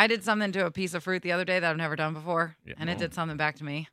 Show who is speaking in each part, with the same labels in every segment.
Speaker 1: I did something to a piece of fruit the other day that I've never done before, and it did something back to me.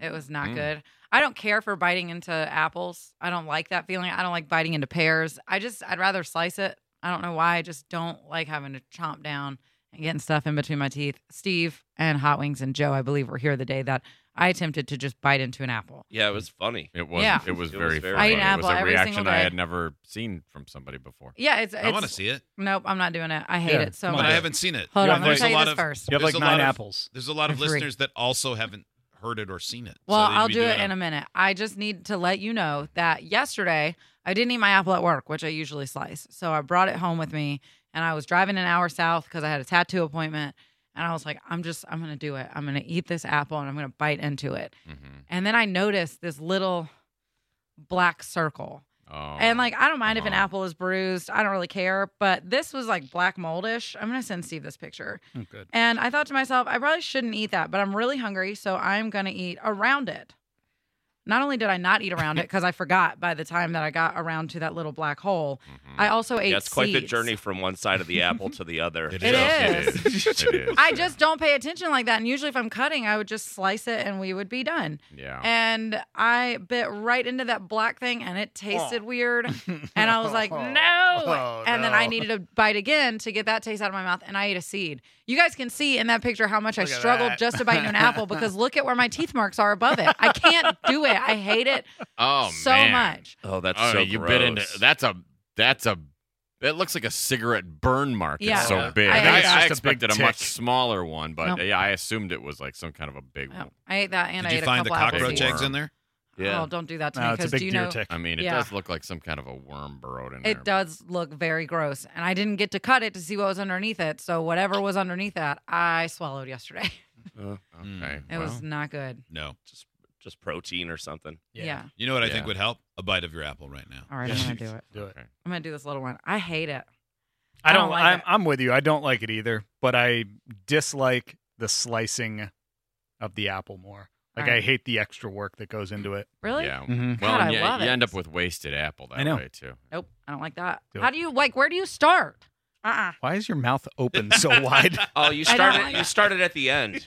Speaker 1: It was not good. I don't care for biting into apples. I don't like that feeling. I don't like biting into pears. I just I'd rather slice it. I don't know why. I just don't like having to chomp down and getting stuff in between my teeth. Steve and Hot Wings and Joe, I believe, were here the day that I attempted to just bite into an apple.
Speaker 2: Yeah, it was funny.
Speaker 3: It was.
Speaker 1: Yeah.
Speaker 3: It was
Speaker 2: It was
Speaker 3: very. funny.
Speaker 2: very funny. I eat
Speaker 3: It was
Speaker 1: apple
Speaker 3: a
Speaker 1: every
Speaker 3: reaction
Speaker 1: single
Speaker 3: I
Speaker 1: day.
Speaker 3: had never seen from somebody before.
Speaker 1: Yeah, it's, it's
Speaker 4: I want to see it,
Speaker 1: Nope, I'm not doing it. I hate
Speaker 5: Yeah,
Speaker 1: it so
Speaker 5: come
Speaker 4: but
Speaker 5: on.
Speaker 1: much.
Speaker 4: I haven't seen it.
Speaker 1: Hold
Speaker 5: You
Speaker 1: on,
Speaker 5: have
Speaker 1: let me
Speaker 5: like-
Speaker 1: tell you this
Speaker 4: There's a lot of-
Speaker 1: first.
Speaker 5: You have
Speaker 4: There's
Speaker 5: like
Speaker 4: a lot
Speaker 5: nine
Speaker 4: of-
Speaker 5: apples.
Speaker 4: There's a lot of
Speaker 1: Or three.
Speaker 4: listeners that also haven't heard it or seen it. So
Speaker 1: Well,
Speaker 4: they'd
Speaker 1: I'll
Speaker 4: be
Speaker 1: do it
Speaker 4: doing
Speaker 1: in a minute. I just need to let you know that yesterday I didn't eat my apple at work, which I usually slice. So I brought it home with me and I was driving an hour south because I had a tattoo appointment. And I was like, I'm just, I'm going to do it. I'm going to eat this apple and I'm going to bite into it.
Speaker 3: Mm-hmm.
Speaker 1: And then I noticed this little black circle.
Speaker 3: Oh.
Speaker 1: And like, I don't mind if an
Speaker 3: Uh-huh.
Speaker 1: apple is bruised, I don't really care. But this was like black moldish. I'm going to send Steve this picture.
Speaker 5: Oh, good.
Speaker 1: And I thought to myself, I probably shouldn't eat that, but I'm really hungry, so I'm going to eat around it. Not only did I not eat around it because I forgot by the time that I got around to that little black hole,
Speaker 3: Mhm.
Speaker 1: I also ate.
Speaker 2: Yeah, it's Mm-hmm. quite the
Speaker 1: seeds.
Speaker 2: journey from one side of the apple to the other.
Speaker 4: It
Speaker 1: It
Speaker 4: Yeah.
Speaker 1: is.
Speaker 3: It is.
Speaker 1: I just don't pay attention like that. And usually, if I'm cutting, I would just slice it and we would be done.
Speaker 2: Oh.
Speaker 3: Yeah.
Speaker 1: And I bit right into that black thing and
Speaker 2: Oh.
Speaker 1: it tasted weird. And I was like, no.
Speaker 5: Oh.
Speaker 1: and then I needed a bite again to get that taste out of my mouth. And I ate a seed. You guys can see in that picture how much I
Speaker 5: Look at
Speaker 1: struggled
Speaker 5: that.
Speaker 1: just to bite into an apple because look at where my teeth marks are above it. I can't do it. I hate it
Speaker 3: Oh
Speaker 1: so
Speaker 3: man.
Speaker 1: much.
Speaker 2: Oh, that's
Speaker 3: oh,
Speaker 2: so
Speaker 3: you
Speaker 2: gross.
Speaker 3: bit into. That's a. That's a. That looks like a cigarette burn mark.
Speaker 1: Yeah.
Speaker 3: It's so
Speaker 4: Yeah.
Speaker 3: big.
Speaker 1: I- I think
Speaker 3: I,
Speaker 1: it's
Speaker 3: I
Speaker 5: just a
Speaker 3: expected
Speaker 5: big
Speaker 3: a much
Speaker 5: tick.
Speaker 3: smaller one, but
Speaker 1: Nope.
Speaker 3: yeah, I assumed it was like some kind of a big
Speaker 1: Oh,
Speaker 3: one.
Speaker 1: I ate that and I
Speaker 4: Did
Speaker 1: ate
Speaker 4: you find
Speaker 1: a
Speaker 4: the
Speaker 1: couple apples.
Speaker 4: cockroach
Speaker 3: Big
Speaker 4: eggs in there?
Speaker 2: yeah.
Speaker 1: Oh, don't do that to
Speaker 5: No,
Speaker 1: me
Speaker 5: it's a
Speaker 1: because do
Speaker 5: big
Speaker 1: you
Speaker 5: deer
Speaker 1: know
Speaker 5: tick.
Speaker 3: I mean, it
Speaker 1: Yeah.
Speaker 3: does look like some kind of a worm burrowed in there.
Speaker 1: it does look very gross. And I didn't get to cut it to see what was underneath it. So whatever was underneath that, I swallowed yesterday.
Speaker 3: Uh, Okay.
Speaker 1: It
Speaker 3: well.
Speaker 1: was not good.
Speaker 4: No.
Speaker 2: Just, just protein or something.
Speaker 1: Yeah.
Speaker 4: You know what I
Speaker 3: Yeah.
Speaker 4: think would help? A bite of your apple right now.
Speaker 1: All right, I'm gonna do it.
Speaker 5: Do it.
Speaker 1: I'm gonna do this little one. I hate it.
Speaker 5: I
Speaker 1: I
Speaker 5: don't.
Speaker 1: don't like
Speaker 5: I'm,
Speaker 1: it.
Speaker 5: I'm with you. I don't like it either, but I dislike the slicing of the apple more. Like
Speaker 1: All right.
Speaker 5: I hate the extra work that goes into it.
Speaker 1: Really?
Speaker 3: Yeah.
Speaker 5: Mm-hmm.
Speaker 3: Well,
Speaker 1: God,
Speaker 3: and
Speaker 1: I
Speaker 3: you,
Speaker 1: love
Speaker 3: you
Speaker 1: it.
Speaker 3: end up with wasted apple that
Speaker 5: I know.
Speaker 3: way too.
Speaker 1: Nope. I don't like that.
Speaker 5: Do
Speaker 1: How
Speaker 5: it.
Speaker 1: do you like? Where do you start? Uh. uh
Speaker 5: Why is your mouth open so wide?
Speaker 2: Oh, you
Speaker 1: I don't
Speaker 2: started.
Speaker 1: like
Speaker 2: you
Speaker 1: it.
Speaker 2: started at the end.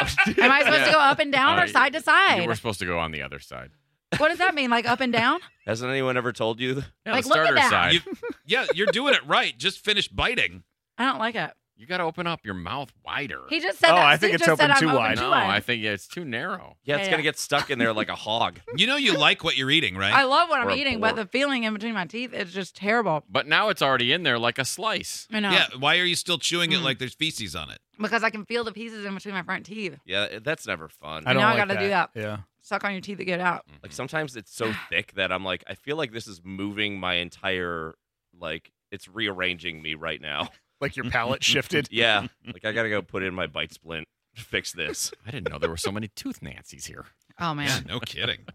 Speaker 1: Am I supposed to go up and down
Speaker 3: Uh,
Speaker 1: or side to
Speaker 3: You
Speaker 1: side?
Speaker 3: were supposed to go on the other side.
Speaker 1: What does that mean? Like up and down?
Speaker 2: Hasn't anyone ever told you? th-
Speaker 3: Yeah,
Speaker 1: Like,
Speaker 3: the
Speaker 1: look at
Speaker 3: starter
Speaker 1: that.
Speaker 3: side. You,
Speaker 4: You- yeah, you're doing it right. Just finish biting.
Speaker 1: I don't like it.
Speaker 3: got to open up your mouth wider.
Speaker 1: He just said
Speaker 5: Oh,
Speaker 1: that.
Speaker 5: I
Speaker 1: Steve
Speaker 5: think it's
Speaker 1: just said
Speaker 5: open
Speaker 1: I'm
Speaker 5: too wide.
Speaker 1: Too
Speaker 3: no,
Speaker 1: wide.
Speaker 3: I think yeah, it's too narrow.
Speaker 2: Yeah, it's
Speaker 1: Yeah,
Speaker 2: gonna
Speaker 1: yeah.
Speaker 2: get stuck in there like a hog.
Speaker 4: You know you like what you're eating, right?
Speaker 1: I love what I'm
Speaker 2: Or a
Speaker 1: eating, but
Speaker 2: boar.
Speaker 1: the feeling in between my teeth is just terrible.
Speaker 3: But now it's already in there like a slice.
Speaker 1: I know.
Speaker 4: Yeah. Why are you still chewing it
Speaker 1: Mm.
Speaker 4: like there's feces on it?
Speaker 1: Because I can feel the pieces in between my front teeth.
Speaker 2: Yeah, that's never fun.
Speaker 5: I don't
Speaker 1: Now I
Speaker 5: like
Speaker 1: gotta do that.
Speaker 5: Yeah.
Speaker 1: Suck on your teeth to get it out.
Speaker 2: Like sometimes it's so thick that I'm like, I feel like this is moving my entire like it's rearranging me right now.
Speaker 5: Like your palate shifted.
Speaker 2: Yeah. Like I gotta go put in my bite splint. to Fix this.
Speaker 3: I didn't know there were so many tooth Nancys here.
Speaker 1: Oh
Speaker 4: Yeah,
Speaker 1: man,
Speaker 4: no kidding.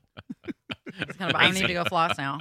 Speaker 1: it's kind of. I need to go floss now.